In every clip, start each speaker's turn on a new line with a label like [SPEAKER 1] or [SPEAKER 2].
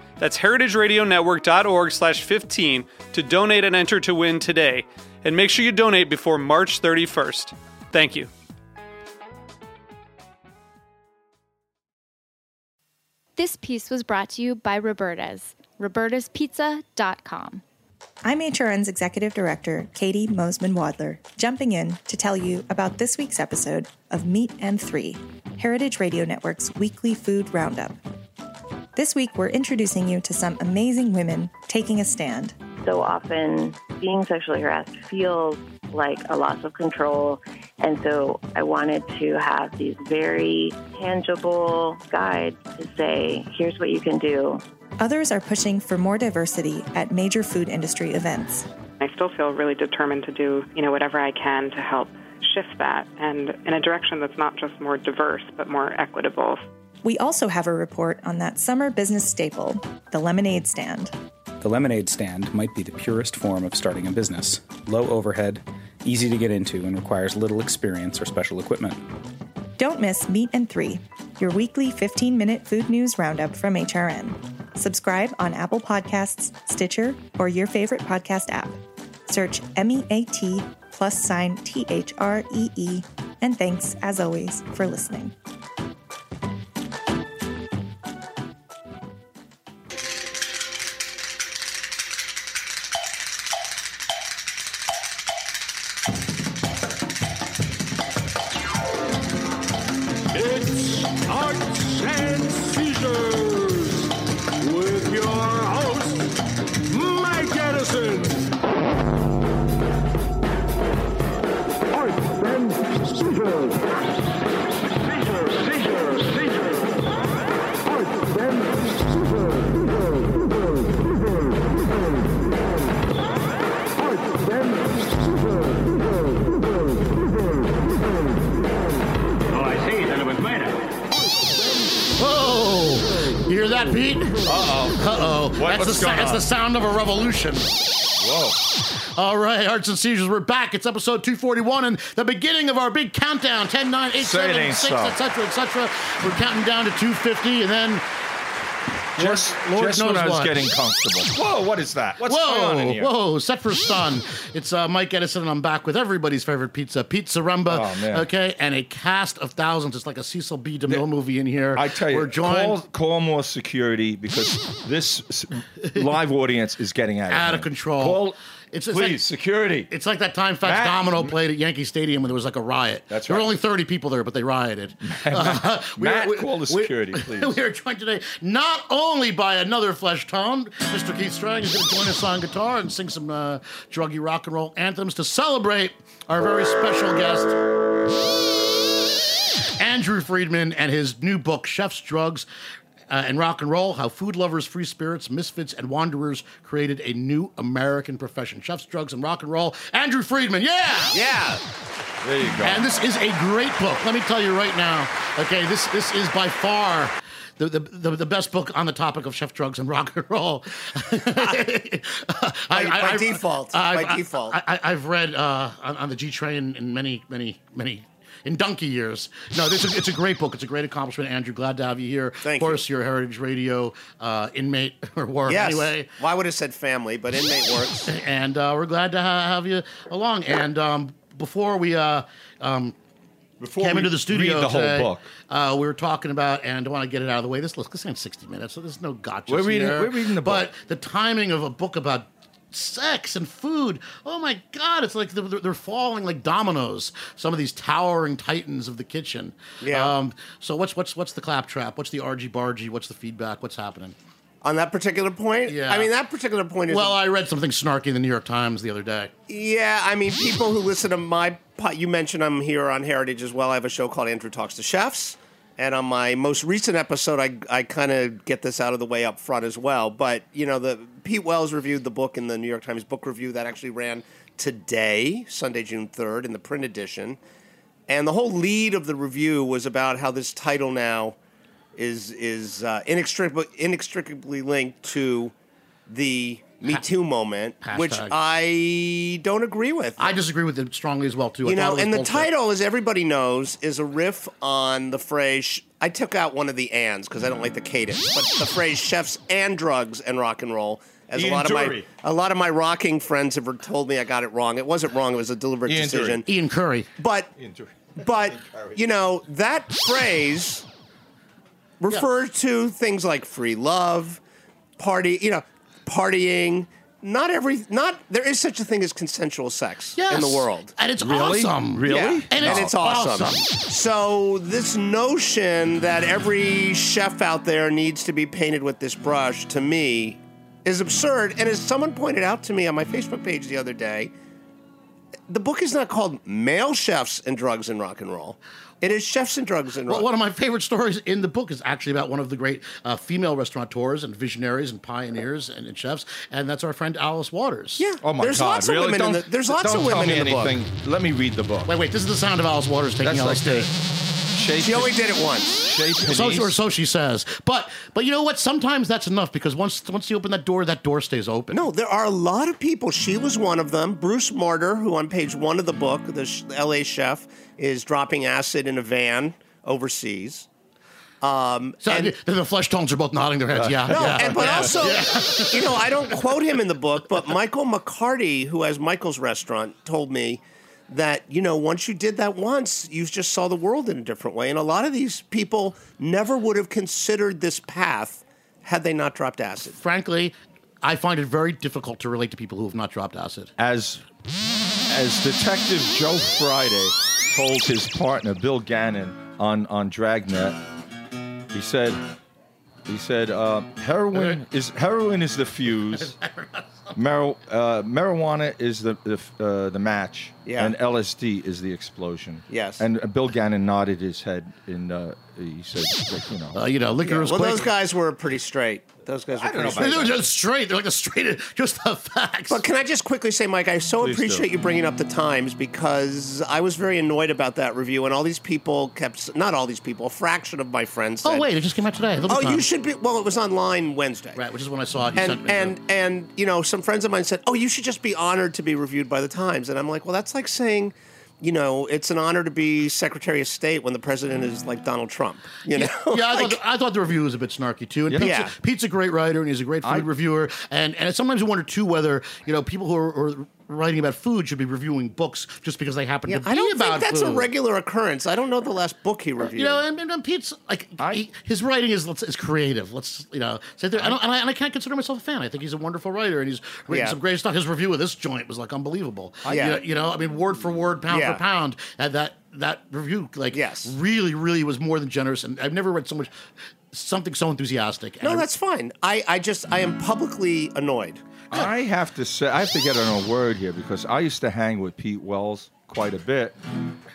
[SPEAKER 1] That's heritageradionetwork.org slash 15 to donate and enter to win today. And make sure you donate before March 31st. Thank you.
[SPEAKER 2] This piece was brought to you by Roberta's, robertaspizza.com.
[SPEAKER 3] I'm HRN's Executive Director, Katie Mosman Wadler, jumping in to tell you about this week's episode of Meat and Three, Heritage Radio Network's weekly food roundup. This week, we're introducing you to some amazing women taking a stand.
[SPEAKER 4] So often, being sexually harassed feels like a loss of control. And so I wanted to have these very tangible guides to say, here's what you can do.
[SPEAKER 3] Others are pushing for more diversity at major food industry events.
[SPEAKER 5] I still feel really determined to do, you know, whatever I can to help shift that and in a direction that's not just more diverse but more equitable.
[SPEAKER 3] We also have a report on that summer business staple, the lemonade stand.
[SPEAKER 6] The lemonade stand might be the purest form of starting a business. Low overhead, easy to get into, and requires little experience or special equipment.
[SPEAKER 3] Don't miss Meat and Three, your weekly 15 minute food news roundup from HRN. Subscribe on Apple Podcasts, Stitcher, or your favorite podcast app. Search M E A T plus sign T H R E E. And thanks, as always, for listening.
[SPEAKER 7] It's Arts and Seizures with your host, Mike Edison. Arts and Seizures. Seizures, seizures, seizures. Arts and Seizures. Seizures, seizures, seizures, seizures. Arts and Seizures. Seizures, seizures, seizures.
[SPEAKER 8] All I see is that it was murder.
[SPEAKER 9] Oh, you hear that, Pete? Uh oh. Uh oh. That's, the
[SPEAKER 10] what's
[SPEAKER 9] sou-
[SPEAKER 10] going
[SPEAKER 9] that's
[SPEAKER 10] on?
[SPEAKER 9] the sound of a revolution. Whoa. All right, Arts and Seizures, we're back. It's episode 241 and the beginning of our big countdown 10, 9,
[SPEAKER 10] Say
[SPEAKER 9] 8,
[SPEAKER 10] it
[SPEAKER 9] 7,
[SPEAKER 10] ain't
[SPEAKER 9] 6,
[SPEAKER 10] so.
[SPEAKER 9] etc., etc. We're counting down to 250 and then.
[SPEAKER 10] Just,
[SPEAKER 9] Lord
[SPEAKER 10] just
[SPEAKER 9] knows
[SPEAKER 10] when I was
[SPEAKER 9] what.
[SPEAKER 10] getting comfortable. Whoa, what is that? What's
[SPEAKER 9] whoa,
[SPEAKER 10] going on in here?
[SPEAKER 9] whoa, set for stun. It's uh, Mike Edison, and I'm back with everybody's favorite pizza, Pizza Rumba.
[SPEAKER 10] Oh, man.
[SPEAKER 9] Okay, and a cast of thousands. It's like a Cecil B. DeMille movie in here.
[SPEAKER 10] I tell you,
[SPEAKER 9] we're joined.
[SPEAKER 10] call, call more security because this s- live audience is getting out of,
[SPEAKER 9] Out of
[SPEAKER 10] hand.
[SPEAKER 9] control.
[SPEAKER 10] Call,
[SPEAKER 9] It's-
[SPEAKER 10] it's,
[SPEAKER 9] it's
[SPEAKER 10] please,
[SPEAKER 9] like-
[SPEAKER 10] security.
[SPEAKER 9] It's like that time Fats
[SPEAKER 10] Matt-
[SPEAKER 9] Domino played at Yankee Stadium when there was like a riot.
[SPEAKER 10] That's
[SPEAKER 9] There were
[SPEAKER 10] right.
[SPEAKER 9] only 30 people there, but they rioted. Uh,
[SPEAKER 10] Matt, call the security, please.
[SPEAKER 9] We are joined today not only by another flesh tone, Mr. Keith Strang is going to join us on guitar and sing some uh, druggy rock and roll anthems to celebrate our very special guest. Andrew Friedman and his new book, Chef's Drugs uh, and Rock and Roll How Food Lovers, Free Spirits, Misfits, and Wanderers Created a New American Profession. Chef's Drugs and Rock and Roll. Andrew Friedman, yeah!
[SPEAKER 10] Yeah. There you go.
[SPEAKER 9] And this is a great book. Let me tell you right now. Okay, this this is by far the, the, the, the best book on the topic of chef drugs and rock and roll. I,
[SPEAKER 11] By- by default.
[SPEAKER 9] I've-
[SPEAKER 11] By default.
[SPEAKER 9] I, I, I've read uh, on, on the G train in many, many, many. In donkey years, no, this is, it's a great book. It's a great accomplishment, Andrew. Glad to have you here.
[SPEAKER 11] Thank
[SPEAKER 9] of course, your Heritage Radio uh, inmate or work
[SPEAKER 11] Yes.
[SPEAKER 9] anyway.
[SPEAKER 11] Well, I would have said family, but inmate works.
[SPEAKER 9] and uh, we're glad to ha- have you along. And um, before we uh, um,
[SPEAKER 10] Before
[SPEAKER 9] came
[SPEAKER 10] we
[SPEAKER 9] into the studio
[SPEAKER 10] read the whole
[SPEAKER 9] today,
[SPEAKER 10] book.
[SPEAKER 9] Uh, we were talking about, and I want to get it out of the way. This this ain't sixty minutes, so there's no gotcha.
[SPEAKER 10] We're reading-
[SPEAKER 9] here.
[SPEAKER 10] we're reading the
[SPEAKER 9] But the timing of a book about sex and food. Oh my God! It's like they're, they're falling like dominoes. Some of these towering titans of the kitchen. Yeah. Um, so what's what's what's the claptrap? What's the argy bargy? What's the feedback? What's happening?
[SPEAKER 5] On that particular point,
[SPEAKER 9] yeah.
[SPEAKER 5] I mean, that particular point is-
[SPEAKER 9] Well, I read something snarky in the New York Times the other day.
[SPEAKER 5] Yeah, I mean, people who listen to my pot. You mentioned I'm here on Heritage as well. I have a show called Andrew Talks to Chefs, and on my most recent episode, I I kind of get this out of the way up front as well. But you know, the Pete Wells reviewed the book in the New York Times Book Review that actually ran today, Sunday, June third, in the print edition. And the whole lead of the review was about how this title now is is uh, inextricably, inextricably linked to the Me Too moment, which
[SPEAKER 9] Hashtag.
[SPEAKER 5] I don't agree with.
[SPEAKER 9] I disagree with it strongly as well too. I
[SPEAKER 5] You
[SPEAKER 9] thought it
[SPEAKER 5] know,
[SPEAKER 9] was
[SPEAKER 5] and the
[SPEAKER 9] bullshit.
[SPEAKER 5] title, as everybody knows, is a riff on the phrase. sh- I took out one of the ands because I don't like the cadence, but the phrase "chefs and drugs and rock and roll." As
[SPEAKER 7] Ian
[SPEAKER 5] a lot
[SPEAKER 7] Dury.
[SPEAKER 5] of my a lot of my rocking friends have told me I got it wrong. It wasn't wrong. It was a deliberate
[SPEAKER 7] Ian Dury.
[SPEAKER 5] decision.
[SPEAKER 9] Ian Curry.
[SPEAKER 5] But but you know that phrase refers to things like free love, party, you know, partying. Not every not there is such a thing as consensual sex in the
[SPEAKER 9] Yes.
[SPEAKER 5] world,
[SPEAKER 9] And it's Really? awesome. Really?
[SPEAKER 5] Yeah. and,
[SPEAKER 9] And it's
[SPEAKER 5] it's, awesome.
[SPEAKER 9] awesome.
[SPEAKER 5] So this notion that every chef out there needs to be painted with this brush to me is absurd. And as someone pointed out to me on my Facebook page the other day, the book is not called "Male Chefs and Drugs and Rock and Roll." It is chefs and drugs and rock.
[SPEAKER 9] Well, one of my favorite stories in the book is actually about one of the great uh, female restaurateurs and visionaries and pioneers and, and chefs, and that's our friend Alice Waters. Yeah.
[SPEAKER 7] Oh my God! really? Don't, don't tell me anything. Let me read the book.
[SPEAKER 9] Wait, wait. This is the sound of Alice Waters taking
[SPEAKER 7] That's like
[SPEAKER 9] LSD.
[SPEAKER 7] She
[SPEAKER 5] only did it once.
[SPEAKER 9] So, or so she says. But but you know what? Sometimes that's enough because once once you open that door, that door stays open.
[SPEAKER 5] No, there are a lot of people. She was one of them. Bruce Martyr, who on page one of the book, the sh- the LA chef, is dropping acid in a van overseas. Um,
[SPEAKER 9] So
[SPEAKER 5] and-
[SPEAKER 9] the, the flesh tones are both nodding their heads. Yeah.
[SPEAKER 5] no,
[SPEAKER 9] yeah.
[SPEAKER 5] and, but
[SPEAKER 9] yeah.
[SPEAKER 5] also, you know, I don't quote him in the book, but Michael McCarty, who has Michael's restaurant, told me that, you know, once you did that once, you just saw the world in a different way. And a lot of these people never would have considered this path had they not dropped acid.
[SPEAKER 9] frankly, I find it very difficult to relate to people who have not dropped acid.
[SPEAKER 7] as as Detective Joe Friday told his partner Bill Gannon on on Dragnet, he said, he said, uh,
[SPEAKER 5] Uh-huh.
[SPEAKER 7] heroin is heroin is the fuse, Mari- uh, marijuana is the the, f- uh, the match,
[SPEAKER 5] Yeah.
[SPEAKER 7] and LSD is the explosion.
[SPEAKER 5] Yes.
[SPEAKER 7] and uh, Bill Gannon nodded his head and uh, he said, like, you know,
[SPEAKER 5] Uh,
[SPEAKER 9] Uh, you know, liquor
[SPEAKER 5] well, those guys were pretty straight. Those guys were
[SPEAKER 7] don't
[SPEAKER 5] pretty
[SPEAKER 7] know about
[SPEAKER 5] straight.
[SPEAKER 7] that.
[SPEAKER 9] They're just straight. They're like the straight, just the facts.
[SPEAKER 5] But can I just quickly say, Mike, I so
[SPEAKER 9] Please do.
[SPEAKER 5] appreciate you bringing up the Times because I was very annoyed about that review, and all these people kept, not all these people, a fraction of my friends said,
[SPEAKER 9] Oh wait, it just came out today.
[SPEAKER 5] Oh, you should be. Well, it was online Wednesday,
[SPEAKER 9] right? Which is when I saw it. You sent
[SPEAKER 5] and
[SPEAKER 9] me
[SPEAKER 5] and and you know, some friends of mine said, "Oh, you should just be honored to be reviewed by the Times." And I'm like, "Well, that's like saying, you know, it's an honor to be Secretary of State when the president is like Donald Trump." You know,
[SPEAKER 9] yeah, I, thought the, I thought the review was a bit snarky too. And
[SPEAKER 5] Yeah.
[SPEAKER 9] Pete's,
[SPEAKER 5] Yeah.
[SPEAKER 9] Pete's a great writer and he's a great food
[SPEAKER 5] I-
[SPEAKER 9] reviewer. And and sometimes you wonder too whether you know people who are, are writing about food should be reviewing books just because they happen
[SPEAKER 5] Yeah,
[SPEAKER 9] to be
[SPEAKER 5] I don't
[SPEAKER 9] about
[SPEAKER 5] think that's a
[SPEAKER 9] food. Uh,
[SPEAKER 5] regular occurrence. I don't know the last book he reviewed.
[SPEAKER 9] You know, and, and- and Pete's like he, his writing is let's- is creative. Let's you know, sit there. I don't, and, I, and I can't consider myself a fan. I think he's a wonderful writer, and he's written
[SPEAKER 5] Yeah.
[SPEAKER 9] some great stuff. His review of this joint was like unbelievable.
[SPEAKER 5] I-
[SPEAKER 9] You
[SPEAKER 5] Yeah.
[SPEAKER 9] know- you, know, I mean, word for word, pound
[SPEAKER 5] Yeah.
[SPEAKER 9] for pound, and that that review like yes. really, really was more than generous. And I've never read so much something so enthusiastic. And
[SPEAKER 5] no,
[SPEAKER 9] I-
[SPEAKER 5] that's fine. I, I just I am publicly annoyed.
[SPEAKER 7] I have to say, I have to get on a word here because I used to hang with Pete Wells quite a bit.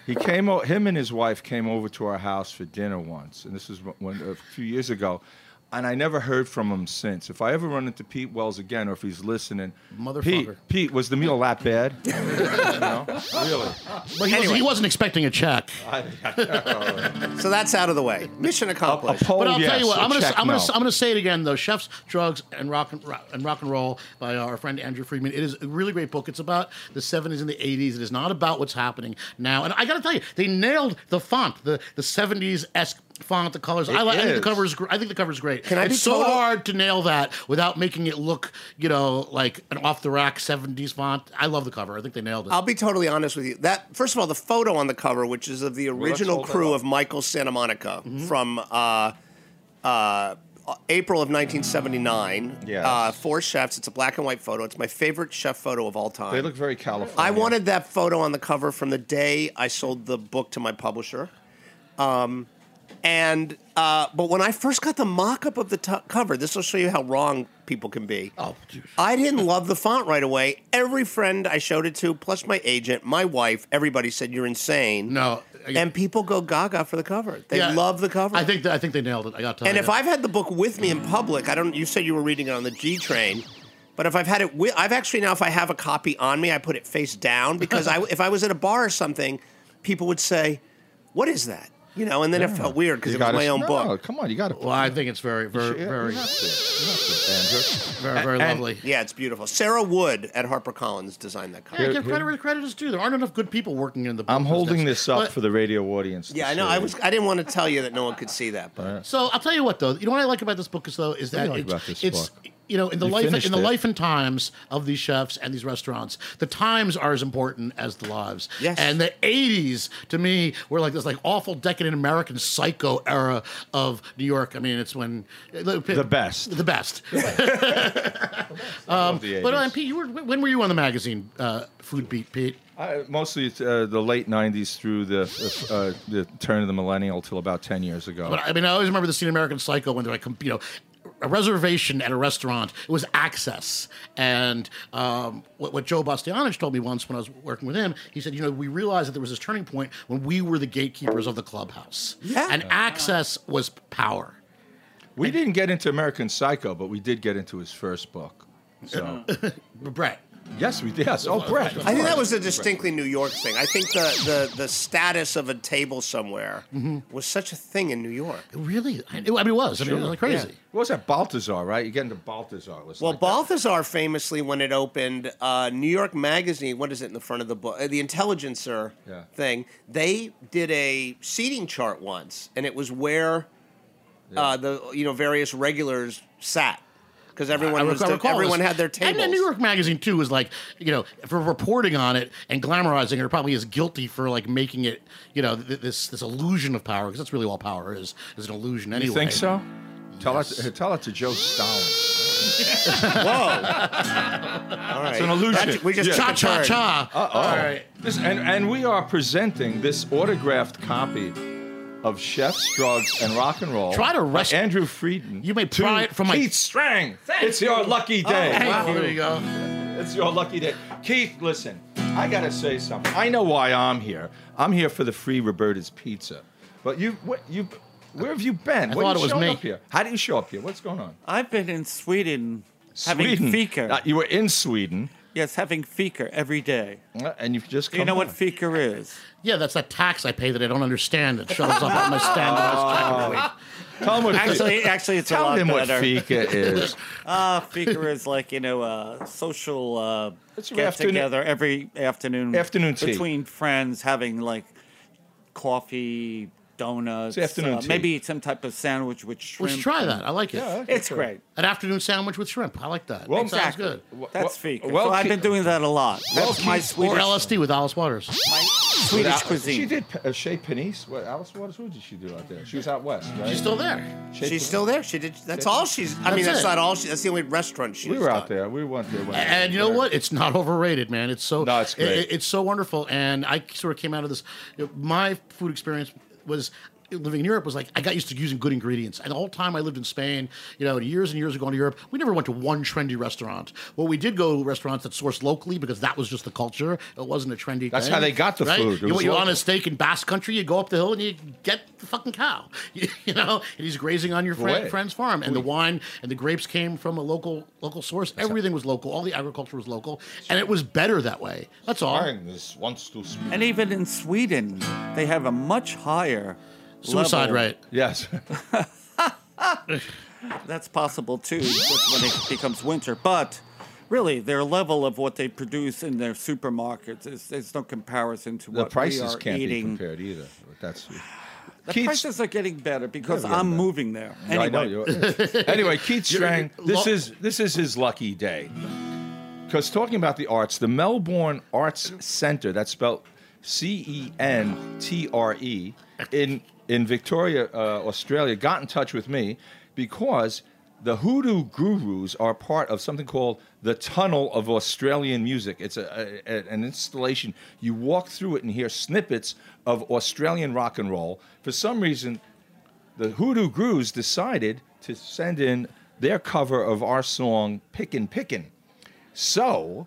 [SPEAKER 7] He came, o- him and his wife came over to our house for dinner once, and this was wh- when, a few years ago. And I never heard from him since. If I ever run into Pete Wells again, or if he's listening, Pete,
[SPEAKER 9] Motherfucker.
[SPEAKER 7] Pete, was the meal that bad? You know? Really?
[SPEAKER 9] But he, wasn't, he wasn't expecting a check.
[SPEAKER 5] So that's out of the way. Mission accomplished.
[SPEAKER 9] but I'll tell you what, I'm gonna, I'm gonna, I'm gonna say it again though. Chefs, drugs, and rock and, Ro- and rock and roll by our friend Andrew Friedman. It is a really great book. It's about the 70s and the 80s. It is not about what's happening now. And I gotta tell you, they nailed the font, the the 70s esque font, the colors. I,
[SPEAKER 5] It
[SPEAKER 9] like, I think the
[SPEAKER 5] is.
[SPEAKER 9] cover is. gr- I think the cover is great.
[SPEAKER 5] Can I
[SPEAKER 9] it's
[SPEAKER 5] be
[SPEAKER 9] so
[SPEAKER 5] total-
[SPEAKER 9] hard to nail that without making it look, you know, like an off the rack 70s font. I love the cover. I think they nailed it.
[SPEAKER 5] I'll be totally honest with you. That first of all, the photo on the cover, which is of the
[SPEAKER 9] let's
[SPEAKER 5] original
[SPEAKER 9] hold that
[SPEAKER 5] crew
[SPEAKER 9] up.
[SPEAKER 5] of Michael Santa Monica from uh, uh,
[SPEAKER 9] uh, April of 1979.
[SPEAKER 6] Yes.
[SPEAKER 9] Uh, four chefs. It's a black and white photo. It's my favorite chef photo of all time.
[SPEAKER 6] They look very California.
[SPEAKER 9] I wanted that photo on the cover from the day I sold the book to my publisher. Um, and uh, but when I first got the mock-up of the t- cover, this will show you how wrong people can be. Oh, I didn't love the font right away. Every friend I showed it to, plus my agent, my wife, everybody said you're insane. No, and people go gaga for the cover. They
[SPEAKER 7] Yeah.
[SPEAKER 9] love the cover.
[SPEAKER 7] I think I think they nailed it. I got to.
[SPEAKER 9] And if I've had the book with me in public, I don't. You said you were reading it on the G train, but if I've had it, with, I've actually now, if I have a copy on me, I put it face down because I, if I was at a bar or something, people would say, "What is that?" You know, and then it felt weird because
[SPEAKER 6] You
[SPEAKER 9] it was
[SPEAKER 6] gotta-
[SPEAKER 9] my own
[SPEAKER 6] no,
[SPEAKER 9] book.
[SPEAKER 6] Come on, you got to.
[SPEAKER 7] Well, I think it's very, very, very, very, very lovely.
[SPEAKER 9] Yeah, it's beautiful. Sarah Wood at HarperCollins designed that cover.
[SPEAKER 7] Yeah, give credit where credit is due. There aren't enough good people working in the. book
[SPEAKER 6] I'm holding
[SPEAKER 7] business.
[SPEAKER 6] this up
[SPEAKER 7] But-
[SPEAKER 6] for the radio audience. to
[SPEAKER 9] Yeah, I know.
[SPEAKER 6] see.
[SPEAKER 9] I was. I didn't want to tell you that no one could see that, but
[SPEAKER 7] So I'll tell you what, though. You know what I like about this book is though is
[SPEAKER 6] What do
[SPEAKER 7] that
[SPEAKER 6] you like
[SPEAKER 7] it's,
[SPEAKER 6] about this
[SPEAKER 7] it's
[SPEAKER 6] book?
[SPEAKER 7] you know in the
[SPEAKER 6] You
[SPEAKER 7] life
[SPEAKER 6] finished
[SPEAKER 7] in the
[SPEAKER 6] it.
[SPEAKER 7] life and times of these chefs and these restaurants, the times are as important as the lives. Yes. And the '80s to me were like this like awful decadent American psycho era of New York. I mean, it's when
[SPEAKER 9] uh,
[SPEAKER 7] the
[SPEAKER 6] best,
[SPEAKER 7] the best. um,
[SPEAKER 6] the 80s.
[SPEAKER 7] but uh, Pete, you were when were you on the magazine uh, Food Beat, Pete?
[SPEAKER 6] I, mostly it's, uh, the late '90s through the uh, the turn of the millennial till about ten years ago.
[SPEAKER 7] But I mean, I always remember the scene in American Psycho when they're like, you know, a reservation at a restaurant. It was access, and um, what, what Joe Bastianich told me once when I was working with him, he said, you know, we realized that there was this turning point when we were the gatekeepers of the clubhouse, yeah. and access was power.
[SPEAKER 6] we didn't get into American Psycho, but we did get into his first book. So
[SPEAKER 7] Brett.
[SPEAKER 6] Yes, we did. Yes. Oh, Brett. of
[SPEAKER 9] I think that
[SPEAKER 6] course.
[SPEAKER 9] was a distinctly New York thing. I think the the, the status of a table somewhere was such a thing in New York.
[SPEAKER 7] Really? I, Mm-hmm. it- I mean, it was. I mean, it was like crazy.
[SPEAKER 6] What was that Baltazar? Right? You get into Baltazar. It was
[SPEAKER 9] Well, Balthazar famously, when it opened, uh, New York Magazine, what is it in the front of the book? Uh, the Intelligencer
[SPEAKER 6] Yeah.
[SPEAKER 9] thing. They did a seating chart once, and it was where uh, the you know various regulars sat because everyone
[SPEAKER 7] I
[SPEAKER 9] was
[SPEAKER 7] recall-
[SPEAKER 9] di-
[SPEAKER 7] recall
[SPEAKER 9] everyone
[SPEAKER 7] this.
[SPEAKER 9] had their
[SPEAKER 7] And
[SPEAKER 9] tables.
[SPEAKER 7] then New York Magazine too was like, you know, for reporting on it and glamorizing her, probably is guilty for like making it, you know, th- this this illusion of power because that's really all power is is an illusion anyway.
[SPEAKER 6] You think so? Tell it. Tell it to Joe Stalin.
[SPEAKER 9] All right.
[SPEAKER 6] It's an illusion.
[SPEAKER 9] That- we just took a turn.
[SPEAKER 6] Uh-oh. This, and, and we are presenting this autographed copy of Chef's Drugs and Rock and Roll.
[SPEAKER 7] Try to
[SPEAKER 6] by
[SPEAKER 7] rest-
[SPEAKER 6] Andrew Frieden. You
[SPEAKER 7] may pry it from my-
[SPEAKER 6] Keith Strang.
[SPEAKER 7] Thank
[SPEAKER 6] it's
[SPEAKER 7] you.
[SPEAKER 6] your lucky
[SPEAKER 7] Oh,
[SPEAKER 6] day.
[SPEAKER 7] thank Wow, you. there you go.
[SPEAKER 6] It's your lucky day. Keith, listen, I gotta say something. I know why I'm here. I'm here for the free Roberta's Pizza. But you, what, you, where have you been?
[SPEAKER 12] I
[SPEAKER 6] What are
[SPEAKER 12] thought
[SPEAKER 6] you
[SPEAKER 12] it was
[SPEAKER 6] showing
[SPEAKER 12] me.
[SPEAKER 6] Up here? How do you show up here? What's going on?
[SPEAKER 12] I've been in Sweden, having
[SPEAKER 6] Sweden.
[SPEAKER 12] fika.
[SPEAKER 6] Uh, you were in Sweden. uh,
[SPEAKER 12] Yes, having fika every day.
[SPEAKER 6] And you've just
[SPEAKER 12] Do you
[SPEAKER 7] come
[SPEAKER 12] know what
[SPEAKER 7] back.
[SPEAKER 12] fika is?
[SPEAKER 7] Yeah, that's that tax I pay that I don't understand. It shows up on my standardized check.
[SPEAKER 6] Tell him what
[SPEAKER 12] actually,
[SPEAKER 6] fika-
[SPEAKER 12] actually, it's
[SPEAKER 6] Tell
[SPEAKER 12] a lot
[SPEAKER 6] him what
[SPEAKER 12] better.
[SPEAKER 6] fika is.
[SPEAKER 12] Ah, fika is like you know a social uh,
[SPEAKER 6] It's your
[SPEAKER 12] get
[SPEAKER 6] afternoon-
[SPEAKER 12] together every afternoon.
[SPEAKER 6] Afternoon tea.
[SPEAKER 12] between friends, having like coffee, donuts,
[SPEAKER 6] It's afternoon
[SPEAKER 12] uh,
[SPEAKER 6] tea.
[SPEAKER 12] maybe some type of sandwich with
[SPEAKER 7] We
[SPEAKER 12] shrimp.
[SPEAKER 7] should try that. I like it.
[SPEAKER 12] it's great.
[SPEAKER 7] An afternoon sandwich with shrimp. I like that.
[SPEAKER 12] Well,
[SPEAKER 7] That sounds
[SPEAKER 12] exactly.
[SPEAKER 7] good.
[SPEAKER 12] That's fika. so I've been doing that a lot. That's my
[SPEAKER 7] Or
[SPEAKER 12] Swedish
[SPEAKER 7] LSD with Alice Waters.
[SPEAKER 12] Swedish
[SPEAKER 6] Without-
[SPEAKER 12] cuisine.
[SPEAKER 6] She did uh, Shea Panisse. What Alice Waters? Who did she do out there? She was out west, right?
[SPEAKER 9] She's still there.
[SPEAKER 6] Shea
[SPEAKER 9] She's
[SPEAKER 6] Panisse.
[SPEAKER 9] still there. She did. That's
[SPEAKER 6] That's
[SPEAKER 9] all she's. I mean,
[SPEAKER 7] it.
[SPEAKER 9] that's not all. She, that's the only restaurant she.
[SPEAKER 6] We were out there. We went there. When
[SPEAKER 7] And you know what? It's not overrated, man. It's so no, it's
[SPEAKER 6] great.
[SPEAKER 7] it's so wonderful. And I sort of came out of this. you know, my food experience was living in Europe was like I got used to using good ingredients. And the whole time I lived in Spain, you know, years and years ago in Europe, we never went to one trendy restaurant. Well, we did go to restaurants that sourced locally because that was just the culture. It wasn't a trendy.
[SPEAKER 6] That's
[SPEAKER 7] thing,
[SPEAKER 6] how they got the
[SPEAKER 7] right?
[SPEAKER 6] food. It
[SPEAKER 7] You,
[SPEAKER 6] was
[SPEAKER 7] you're on
[SPEAKER 6] local.
[SPEAKER 7] a steak in Basque Country, you go up the hill and you get the fucking cow. You, know, and he's grazing on your friend,
[SPEAKER 6] Right.
[SPEAKER 7] friend's farm, and the wine and the grapes came from a local local source. Everything was local. All the agriculture was local, and it was better that way. That's all.
[SPEAKER 6] This wants to speak.
[SPEAKER 12] And even in Sweden, they have a much higher
[SPEAKER 7] Suicide
[SPEAKER 12] level.
[SPEAKER 7] rate.
[SPEAKER 6] Yes.
[SPEAKER 12] That's possible too just when it becomes winter. But really, their level of what they produce in their supermarkets is there's no comparison to
[SPEAKER 6] The
[SPEAKER 12] what we
[SPEAKER 6] prices
[SPEAKER 12] are
[SPEAKER 6] can't be
[SPEAKER 12] eating.
[SPEAKER 6] compared either. That's.
[SPEAKER 12] the
[SPEAKER 6] Keith's-
[SPEAKER 12] prices are getting better because
[SPEAKER 6] Yeah, yeah,
[SPEAKER 12] I'm
[SPEAKER 6] yeah.
[SPEAKER 12] moving there.
[SPEAKER 6] Yeah, I know
[SPEAKER 12] Anyway,
[SPEAKER 6] you- anyway, Keith
[SPEAKER 12] You're-
[SPEAKER 6] Strang.
[SPEAKER 12] you're-
[SPEAKER 6] This
[SPEAKER 12] lo-
[SPEAKER 6] is this is his lucky day. Because talking about the arts, the Melbourne Arts Center, that's spelled C E N T R E, in in Victoria, uh, Australia, got in touch with me because the hoodoo gurus are part of something called the Tunnel of Australian Music. It's a, a- a- an installation. You walk through it and hear snippets of Australian rock and roll. For some reason, the Hoodoo Grooves decided to send in their cover of our song Pickin' Pickin'. So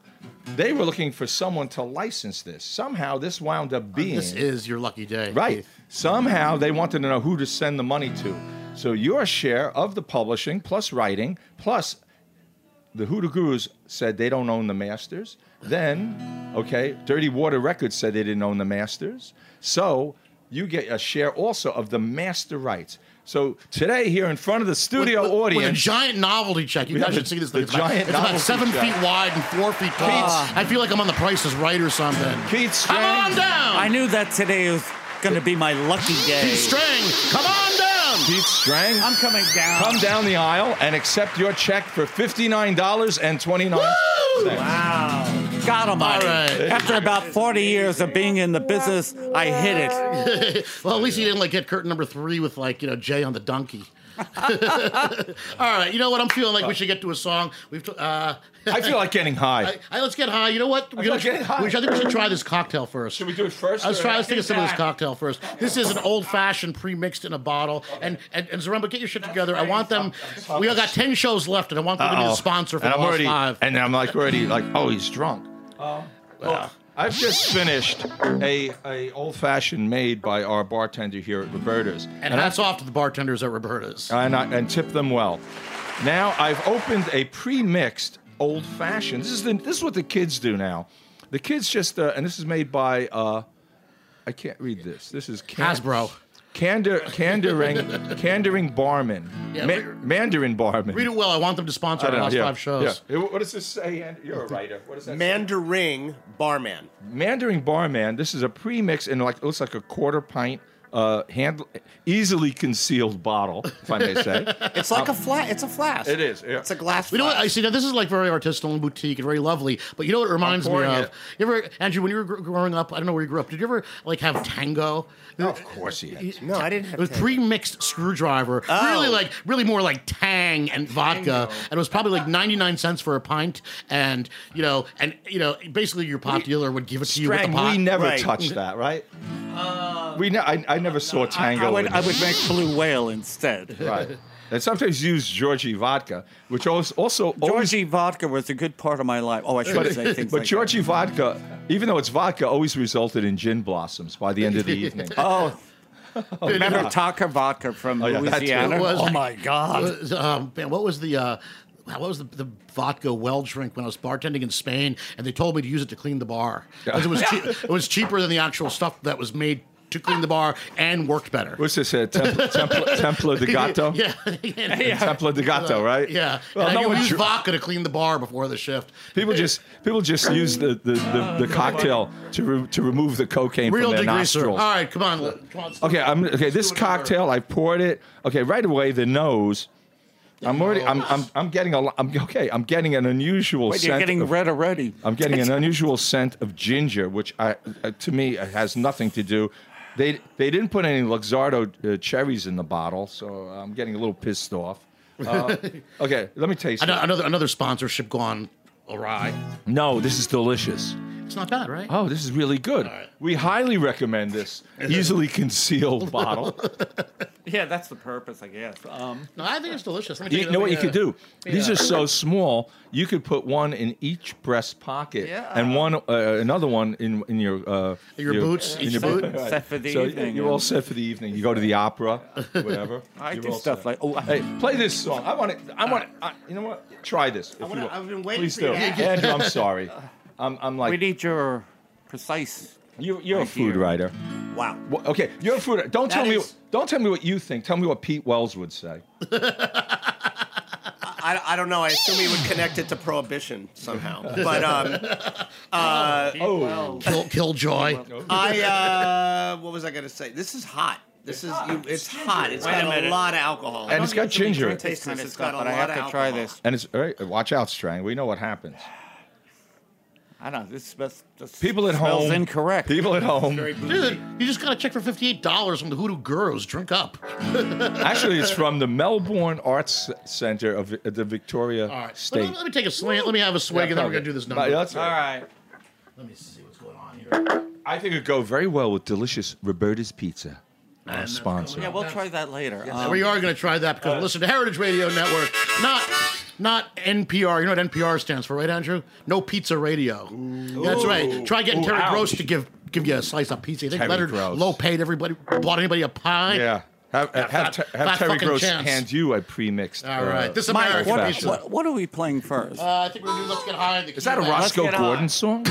[SPEAKER 6] they were looking for someone to license this. Somehow this wound up being.
[SPEAKER 7] this is your lucky day.
[SPEAKER 6] Right. Somehow they wanted to know who to send the money to. So your share of the publishing plus writing plus the Hoodoo Gurus said they don't own the masters. Then, okay, Dirty Water Records said they didn't own the masters. So you get a share also of the master rights. So today here in front of the studio
[SPEAKER 7] With
[SPEAKER 6] audience,
[SPEAKER 7] a giant novelty check. You
[SPEAKER 6] We
[SPEAKER 7] guys
[SPEAKER 6] have
[SPEAKER 7] should
[SPEAKER 6] a-
[SPEAKER 7] see this
[SPEAKER 6] the
[SPEAKER 7] thing. It's about,
[SPEAKER 6] giant
[SPEAKER 7] it's about
[SPEAKER 6] novelty
[SPEAKER 7] seven
[SPEAKER 6] check.
[SPEAKER 7] feet wide and four feet tall.
[SPEAKER 12] Ah.
[SPEAKER 7] I feel like I'm on The Price is Right or something.
[SPEAKER 6] Pete String.
[SPEAKER 7] Come on down.
[SPEAKER 12] I knew that today was going to be my lucky day.
[SPEAKER 7] Pete String, come on down.
[SPEAKER 6] Pete Strang,
[SPEAKER 12] I'm coming down.
[SPEAKER 6] come down the aisle and accept your check for fifty-nine dollars and twenty-nine.
[SPEAKER 12] Wow. God almighty.
[SPEAKER 6] All right.
[SPEAKER 12] After about 40 years of being in the business, I hit it.
[SPEAKER 7] well, at least he didn't like hit curtain number three with like you know Jay on the donkey. All right, you know what? I'm feeling
[SPEAKER 6] Uh.
[SPEAKER 7] like we should get to a song. We've. T- uh,
[SPEAKER 6] I feel like getting high.
[SPEAKER 7] I, I- let's get high. You know what?
[SPEAKER 6] I feel like getting high.
[SPEAKER 7] We should, I think we should try this cocktail first. Should
[SPEAKER 6] we do it first?
[SPEAKER 7] Let's
[SPEAKER 6] or-
[SPEAKER 7] try. Let's take a sip of this cocktail first. This is an old fashioned pre mixed in a bottle. And and, and Zaremba, get your shit together. I want them. We all got ten shows left, and I want them to be
[SPEAKER 6] Uh-oh.
[SPEAKER 7] the sponsor for
[SPEAKER 6] and
[SPEAKER 7] the
[SPEAKER 6] I'm
[SPEAKER 7] last
[SPEAKER 6] already,
[SPEAKER 7] five.
[SPEAKER 6] And I'm like already like, oh, he's drunk. Well, I've just finished a, a old fashioned made by our bartender here at Roberta's,
[SPEAKER 7] And,
[SPEAKER 6] I-
[SPEAKER 7] hats off to the bartenders at Roberta's.
[SPEAKER 6] and I, and tip them well. Now I've opened a pre mixed old fashioned. This is the, this is what the kids do now. The kids just uh, and this is made by uh, I can't read this. This is Can-
[SPEAKER 7] Hasbro.
[SPEAKER 6] Candor, candoring, candoring barman,
[SPEAKER 7] Yeah,
[SPEAKER 6] Ma-
[SPEAKER 7] read-
[SPEAKER 6] Mandarin barman.
[SPEAKER 7] Read it well. I want them to sponsor
[SPEAKER 6] I
[SPEAKER 7] our
[SPEAKER 6] don't know,
[SPEAKER 7] last
[SPEAKER 6] yeah,
[SPEAKER 7] five shows.
[SPEAKER 6] yeah. What does this say? Andy? You're a writer. What does that say?
[SPEAKER 9] Mandarin barman.
[SPEAKER 6] Mandarin Barman. This is a pre-mix in like it looks like a quarter pint, uh, hand easily concealed bottle, if I may say.
[SPEAKER 9] It's like
[SPEAKER 6] Um,
[SPEAKER 9] a flat. It's a flask.
[SPEAKER 6] It is, yeah.
[SPEAKER 9] It's a glass.
[SPEAKER 7] You know what? I
[SPEAKER 9] flask.
[SPEAKER 7] see. Now this is like very artisanal and boutique and very lovely. But you know what it reminds me
[SPEAKER 6] pouring
[SPEAKER 7] of?
[SPEAKER 6] it.
[SPEAKER 7] You ever, Andrew, when you were gr- growing up, I don't know where you grew up. Did you ever like have tango?
[SPEAKER 6] of course he is.
[SPEAKER 9] No, I didn't have.
[SPEAKER 7] It was
[SPEAKER 9] tango.
[SPEAKER 7] pre-mixed screwdriver, really like really more like tang and vodka, and it was probably like ninety-nine cents for a pint, and you know, and you know, basically your pot dealer would give it to you with the
[SPEAKER 6] Strang,
[SPEAKER 7] pot.
[SPEAKER 6] we never
[SPEAKER 9] Right.
[SPEAKER 6] touched that, right? we ne- I, I never saw Tango.
[SPEAKER 12] I would,
[SPEAKER 6] in-
[SPEAKER 12] I would make Blue Whale instead.
[SPEAKER 6] right. And sometimes use Georgie vodka, which also also always
[SPEAKER 12] Georgie vodka was a good part of my life. Oh, I shouldn't
[SPEAKER 6] but,
[SPEAKER 12] say things
[SPEAKER 6] but
[SPEAKER 12] like
[SPEAKER 6] Georgie vodka, even though it's vodka, always resulted in gin blossoms by the end of the evening.
[SPEAKER 12] that. Oh. Remember Taka vodka from
[SPEAKER 6] Oh, yeah, that's
[SPEAKER 12] Louisiana?
[SPEAKER 7] it. It was-
[SPEAKER 12] oh my God!
[SPEAKER 7] It was, um, man, what was the uh, what was the, the vodka well drink when I was bartending in Spain, and they told me to use it to clean the bar 'Cause it was cheap it was cheaper than the actual stuff that was made to clean the bar and worked better.
[SPEAKER 6] What's this? Uh, Templa, Templa, Templa de Gato?
[SPEAKER 7] Yeah,
[SPEAKER 6] Templa de Gato, right?
[SPEAKER 7] yeah.
[SPEAKER 6] Well,
[SPEAKER 7] and
[SPEAKER 6] no
[SPEAKER 7] I
[SPEAKER 6] one
[SPEAKER 7] would use
[SPEAKER 6] dr-
[SPEAKER 7] vodka to clean the bar before the shift.
[SPEAKER 6] People just people just use the the, the, the cocktail to re, to remove the cocaine
[SPEAKER 7] Oh, Real
[SPEAKER 6] from their
[SPEAKER 7] degreaser. All
[SPEAKER 6] nostrils.
[SPEAKER 7] right, come on. let- come on, let's do
[SPEAKER 6] Okay,
[SPEAKER 7] it.
[SPEAKER 6] I'm okay. This cocktail, I poured it. Okay, right away the nose. I'm already. I'm. I'm. I'm getting a. lo- I'm okay. I'm getting an unusual
[SPEAKER 12] Wait,
[SPEAKER 6] scent.
[SPEAKER 12] you're getting
[SPEAKER 6] of,
[SPEAKER 12] red already.
[SPEAKER 6] I'm getting an unusual scent of ginger, which I, uh, to me, uh, has nothing to do. They they didn't put any Luxardo uh, cherries in the bottle, so I'm getting a little pissed off. Uh, okay, let me taste
[SPEAKER 7] Ano-
[SPEAKER 6] it.
[SPEAKER 7] Another another sponsorship gone awry.
[SPEAKER 6] No, this is delicious.
[SPEAKER 7] It's not bad, right?
[SPEAKER 6] Oh, this is really good. We highly recommend this easily concealed bottle.
[SPEAKER 12] Yeah, that's the purpose, I guess. Um,
[SPEAKER 7] No, I think it's delicious. Let me
[SPEAKER 6] you
[SPEAKER 7] take
[SPEAKER 6] know what you
[SPEAKER 7] another-
[SPEAKER 6] could do? These
[SPEAKER 7] Yeah.
[SPEAKER 6] are so small. You could put one in each breast pocket and one uh, another one in in your uh,
[SPEAKER 7] Your boots,
[SPEAKER 6] in
[SPEAKER 7] each
[SPEAKER 6] your
[SPEAKER 7] boot.
[SPEAKER 6] Right.
[SPEAKER 12] Set for the
[SPEAKER 6] so
[SPEAKER 12] evening.
[SPEAKER 6] You're all set for the evening. You go to the opera, whatever.
[SPEAKER 12] I
[SPEAKER 6] You're
[SPEAKER 12] do
[SPEAKER 6] all
[SPEAKER 12] stuff
[SPEAKER 6] set.
[SPEAKER 12] like oh, I,
[SPEAKER 6] Hey, play this song. I want to. I want. I, you know what? Try this. If
[SPEAKER 9] wanna-
[SPEAKER 6] you will.
[SPEAKER 9] I've been waiting
[SPEAKER 6] Please
[SPEAKER 9] for
[SPEAKER 6] do.
[SPEAKER 9] you to ask.
[SPEAKER 6] Andrew, I'm sorry. I'm. I'm
[SPEAKER 12] we
[SPEAKER 6] like.
[SPEAKER 12] need your precise.
[SPEAKER 6] You, you're a
[SPEAKER 12] idea.
[SPEAKER 6] food writer.
[SPEAKER 9] Wow.
[SPEAKER 6] Wha- Okay, you're a food. Don't tell
[SPEAKER 9] That
[SPEAKER 6] me.
[SPEAKER 9] is-
[SPEAKER 6] Don't tell me what you think. Tell me what Pete Wells would say.
[SPEAKER 9] I, I don't know. I assume he would connect it to prohibition somehow. But um, uh,
[SPEAKER 6] Oh,
[SPEAKER 7] Kill, Killjoy.
[SPEAKER 9] I uh, what was I going to say? This is hot. This is you, it's hot. It's got a, lot of alcohol.
[SPEAKER 6] and it's got ginger.
[SPEAKER 9] taste this. It's got a
[SPEAKER 12] but I
[SPEAKER 9] lot
[SPEAKER 12] have
[SPEAKER 9] of
[SPEAKER 12] to try
[SPEAKER 9] alcohol.
[SPEAKER 12] this.
[SPEAKER 6] And it's all right. Watch out, Strang. We know what happens.
[SPEAKER 12] I don't know. This smells. This
[SPEAKER 6] People at
[SPEAKER 12] smells
[SPEAKER 6] home.
[SPEAKER 12] Incorrect.
[SPEAKER 6] People at home.
[SPEAKER 7] Dude, you just got a check for $58 from the Hoodoo Gurus. Drink up.
[SPEAKER 6] Actually, it's from the Melbourne Arts Center of uh, the Victoria
[SPEAKER 7] All right.
[SPEAKER 6] State.
[SPEAKER 7] Let me, let me take a slant. Let me have a swig, and then we're going to do this number.
[SPEAKER 6] right.
[SPEAKER 7] Let me see what's going on here.
[SPEAKER 6] I think it would go very well with delicious Roberta's Pizza, our
[SPEAKER 7] that's
[SPEAKER 6] sponsor.
[SPEAKER 7] going Yeah, we'll up. try
[SPEAKER 12] that later.
[SPEAKER 7] we are going to try that
[SPEAKER 12] Uh,
[SPEAKER 7] because we listen to Heritage Radio Network, not not NPR. You know what NPR stands for, right, Andrew? No pizza radio. That's right. Try
[SPEAKER 6] Ooh,
[SPEAKER 7] getting Terry
[SPEAKER 6] ouch.
[SPEAKER 7] Gross to give give you a slice of pizza. You think
[SPEAKER 6] Terry
[SPEAKER 7] Leonard
[SPEAKER 6] Gross.
[SPEAKER 7] Low paid everybody bought anybody a pie?
[SPEAKER 6] Yeah. Have, have,
[SPEAKER 7] fat-
[SPEAKER 6] have, Ter- have
[SPEAKER 7] fat
[SPEAKER 6] Terry
[SPEAKER 7] fucking
[SPEAKER 6] Gross
[SPEAKER 7] chance.
[SPEAKER 6] hand you a premixed. uh,
[SPEAKER 7] All right. This is
[SPEAKER 6] Mike,
[SPEAKER 7] American
[SPEAKER 6] what-
[SPEAKER 7] Pizza.
[SPEAKER 6] what-
[SPEAKER 12] What are we playing first?
[SPEAKER 7] Uh, I think we're going to do Let's Get High. The
[SPEAKER 6] Is that a
[SPEAKER 7] Key Band.
[SPEAKER 6] Roscoe Gordon song?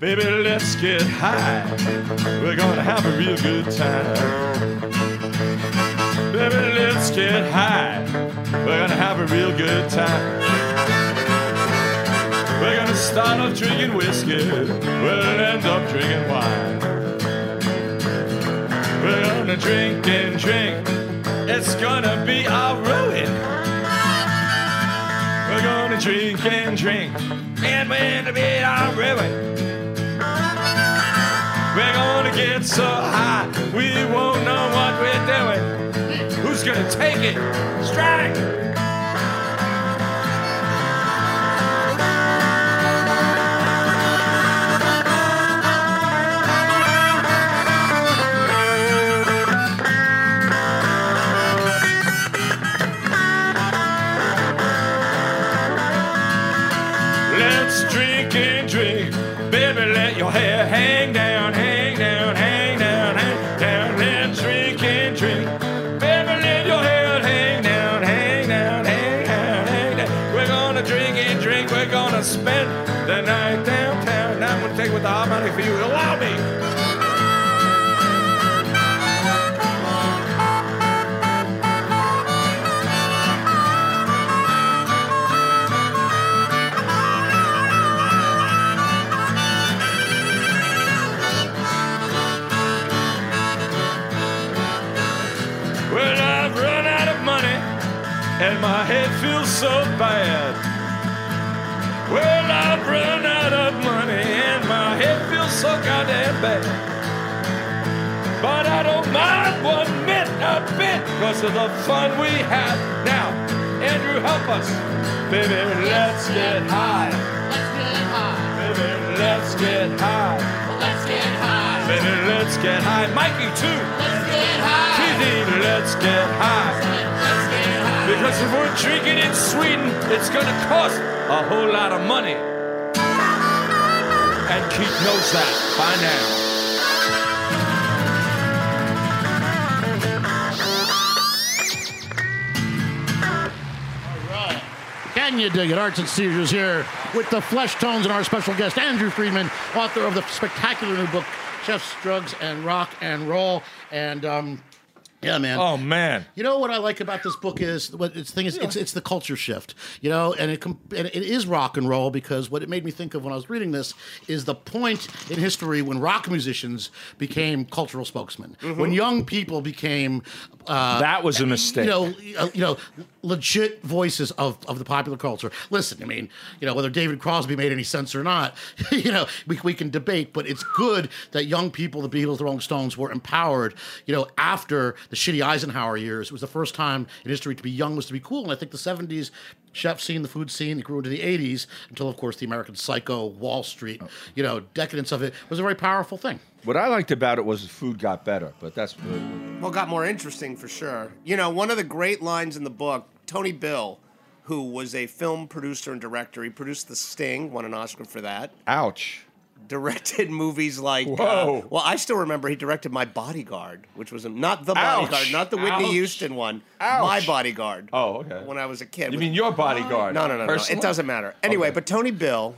[SPEAKER 6] Baby, let's get high. We're gonna have a real good time. Baby, let's get high. We're gonna have a real good time. We're gonna start off drinking whiskey. We'll end up drinking wine. We're gonna drink and drink. It's gonna be our ruin. We're gonna drink and drink. And we're gonna be our ruin. We're gonna get so high, we won't know what we're doing. Who's gonna take it? Strike! Let's drink and drink. Baby, let your hair hang down, hang down, hang down, hang down. Let's drink and drink. Baby, let your hair hang down, hang down, hang down, hang down. We're gonna drink and drink. We're gonna spend the night downtown. And I'm gonna take with the hot money for you. Allow me. Well, I've run out of money and my head feels so bad. Well, I've run out of money and my head feels so goddamn bad. But I don't mind one bit, a bit, because of the fun we have now. Andrew, help us. Baby, let's get high. Baby, let's get high. Baby, let's get high. Mikey, too. Let's get high. Kitty, let's get high. Because if we're drinking in Sweden, it's gonna cost a whole lot of money. And Keith knows that by now.
[SPEAKER 7] Can you dig it? Arts and Seizures here with the Flesh Tones and our special guest, Andrew Friedman, author of the spectacular new book, Chefs, Drugs, and Rock and Roll. And, um, yeah, man.
[SPEAKER 6] Oh man.
[SPEAKER 7] You know what I like about this book is what it's thing is it's it's the culture shift, you know, and it com- and it is rock and roll because what it made me think of when I was reading this is the point in history when rock musicians became cultural spokesmen,
[SPEAKER 9] Mm-hmm.
[SPEAKER 7] when young people became uh,
[SPEAKER 6] That was a mistake.
[SPEAKER 7] you know, uh, you know, legit voices of, of the popular culture. Listen, I mean, you know, whether David Crosby made any sense or not, you know, we, we can debate, but it's good that young people, the Beatles, the Rolling Stones, were empowered, you know, after the shitty Eisenhower years. It was the first time in history to be young was to be cool. And I think the 70s chef scene, the food scene, it grew into the 80s until, of course, the American Psycho, Wall Street, you know, decadence of it was a very powerful thing.
[SPEAKER 6] What I liked about it was the food got better, but that's
[SPEAKER 9] Well, it got more interesting for sure. You know, one of the great lines in the book, Tony Bill, who was a film producer and director, he produced The Sting, won an Oscar for that.
[SPEAKER 6] ouch.
[SPEAKER 9] Directed movies like. uh,
[SPEAKER 6] Whoa.
[SPEAKER 9] well, I still remember he directed My Bodyguard, which was a, not the
[SPEAKER 6] Ouch.
[SPEAKER 9] bodyguard, not the Whitney
[SPEAKER 6] Ouch.
[SPEAKER 9] Houston one.
[SPEAKER 6] Ouch.
[SPEAKER 9] My Bodyguard.
[SPEAKER 6] Oh, okay.
[SPEAKER 9] When I was a kid.
[SPEAKER 6] You mean your bodyguard?
[SPEAKER 9] No, no, no, no.
[SPEAKER 6] personally?
[SPEAKER 9] It doesn't matter. Anyway, but Tony Bill,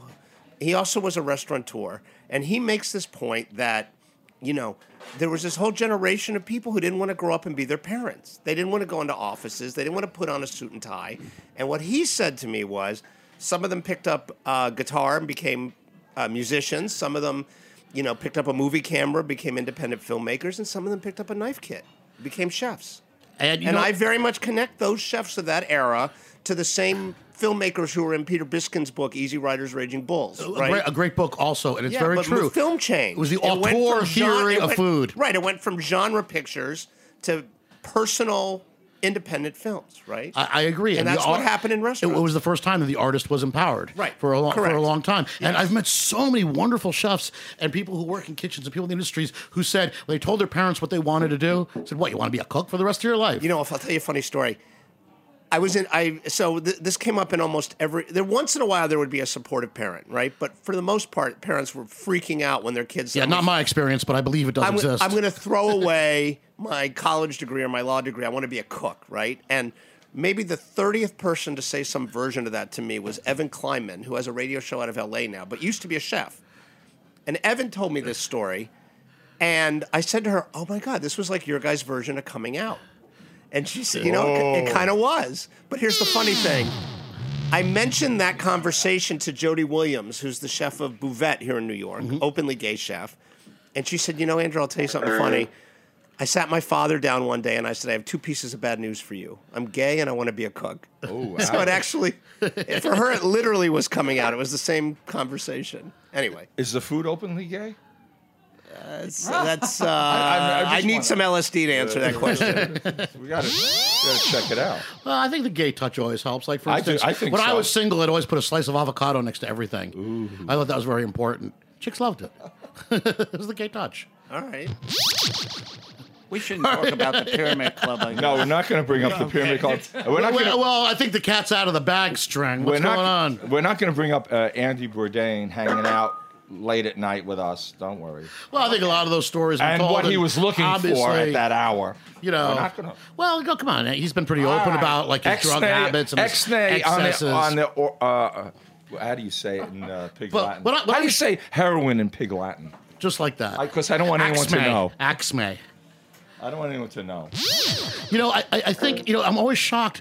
[SPEAKER 9] he also was a restaurateur, and he makes this point that, you know, there was this whole generation of people who didn't want to grow up and be their parents. They didn't want to go into offices. They didn't want to put on a suit and tie. And what he said to me was, some of them picked up uh, guitar and became uh, musicians. Some of them, you know, picked up a movie camera, became independent filmmakers, and some of them picked up a knife kit, became chefs.
[SPEAKER 7] And, you
[SPEAKER 9] and
[SPEAKER 7] know-
[SPEAKER 9] I very much connect those chefs of that era to the same filmmakers who were in Peter Biskin's book, Easy Riders, Raging Bulls.
[SPEAKER 7] A
[SPEAKER 9] Right?
[SPEAKER 7] great- a great book also, and it's
[SPEAKER 9] Yeah,
[SPEAKER 7] very
[SPEAKER 9] but
[SPEAKER 7] true.
[SPEAKER 9] the Film changed.
[SPEAKER 7] It was the
[SPEAKER 9] went from
[SPEAKER 7] auteur
[SPEAKER 9] gen-
[SPEAKER 7] theory
[SPEAKER 9] it
[SPEAKER 7] of
[SPEAKER 9] went-
[SPEAKER 7] food.
[SPEAKER 9] Right. It went from genre pictures to personal, independent films. Right.
[SPEAKER 7] I, I agree.
[SPEAKER 9] And,
[SPEAKER 7] the
[SPEAKER 9] that's what
[SPEAKER 7] ar-
[SPEAKER 9] happened in
[SPEAKER 7] It,
[SPEAKER 9] restaurants.
[SPEAKER 7] was the first time that the artist was empowered,
[SPEAKER 9] Right.
[SPEAKER 7] for a long for a
[SPEAKER 9] Correct.
[SPEAKER 7] long time. And
[SPEAKER 9] Yes.
[SPEAKER 7] I've met so many wonderful chefs and people who work in kitchens and people in the industries who said when they told their parents what they wanted to do. Said, "What you want to be a cook for the rest of your life?"
[SPEAKER 9] You know, if I'll tell you a funny story. I was in. I so th- this came up in almost every. There once in a while there would be a supportive parent, right? But for the most part, parents were freaking out when their kids.
[SPEAKER 7] Yeah,
[SPEAKER 9] said,
[SPEAKER 7] not my experience, but I believe it does
[SPEAKER 9] I'm,
[SPEAKER 7] exist.
[SPEAKER 9] I'm going to throw away my college degree or my law degree. I want to be a cook, right? And maybe the 30th person to say some version of that to me was Evan Kleinman, who has a radio show out of LA now, but used to be a chef. And Evan told me this story. And I said to her, Oh my God, this was like your guys' version of coming out. And she said, You know, it,
[SPEAKER 13] Oh.
[SPEAKER 9] it kind of was. But here's the funny thing. I mentioned that conversation to Jody Williams, who's the chef of Bouvette here in New York, openly gay chef. And she said, You know, Andrew, I'll tell you something funny. I sat my father down one day and I said, I have two pieces of bad news for you. I'm gay and I want to be a cook. Oh, So
[SPEAKER 6] wow.
[SPEAKER 9] it actually, for her, it literally was coming out. It was the same conversation. Anyway.
[SPEAKER 6] Is the food openly gay?
[SPEAKER 9] That's, that's uh,
[SPEAKER 6] I-
[SPEAKER 9] I,
[SPEAKER 6] I'm- I'm just
[SPEAKER 9] need some LSD to answer that question.
[SPEAKER 6] we got to check it out.
[SPEAKER 7] Well, I think the gay touch always helps. Like for
[SPEAKER 6] I do-
[SPEAKER 7] instance,
[SPEAKER 6] I think
[SPEAKER 7] when I
[SPEAKER 6] so.
[SPEAKER 7] was single, I'd always put a slice of avocado next to everything. I thought that was very important. Chicks loved it. it was the gay touch.
[SPEAKER 9] All right.
[SPEAKER 12] We shouldn't talk about the Pyramid Club. I
[SPEAKER 6] No, we're not going to bring up the pyramid club. We're not
[SPEAKER 7] well,
[SPEAKER 6] going to.
[SPEAKER 7] well, I think the cat's out of the bag, String. What's
[SPEAKER 6] we're
[SPEAKER 7] going on?
[SPEAKER 6] not, We're not going to bring up uh, Andy Bourdain hanging out late at night with us. Don't worry.
[SPEAKER 7] Well, I think a lot of those stories. were
[SPEAKER 6] And
[SPEAKER 7] told,
[SPEAKER 6] what he was looking for
[SPEAKER 7] obviously,
[SPEAKER 6] at that hour.
[SPEAKER 7] You know,
[SPEAKER 6] We're not gonna-
[SPEAKER 7] well, go come on. He's been pretty open about like his drug habits and his
[SPEAKER 6] Ex-nay on
[SPEAKER 7] excesses.
[SPEAKER 6] the, on the or, uh, uh, how do you say it in uh, Pig
[SPEAKER 7] But
[SPEAKER 6] Latin?
[SPEAKER 7] what I- what
[SPEAKER 6] how
[SPEAKER 7] I
[SPEAKER 6] do you
[SPEAKER 7] sh-
[SPEAKER 6] say heroin in Pig Latin?
[SPEAKER 7] just like that.
[SPEAKER 6] Because I, don't want anyone to
[SPEAKER 7] Axme.
[SPEAKER 6] know.
[SPEAKER 7] Axme.
[SPEAKER 6] I don't want anyone to know.
[SPEAKER 7] You know, I, I I think you know. I'm always shocked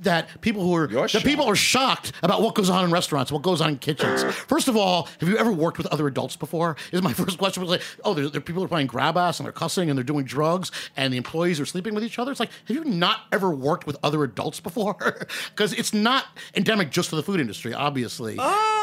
[SPEAKER 7] that people who are the people are shocked about what goes on in restaurants, what goes on in kitchens. First of all, have you ever worked with other adults before? Is my first question was like, oh, there, there are people who are playing grab ass and they're cussing and they're doing drugs and the employees are sleeping with each other. It's like, have you not ever worked with other adults before? Because it's not endemic just to the food industry, obviously.
[SPEAKER 9] Uh,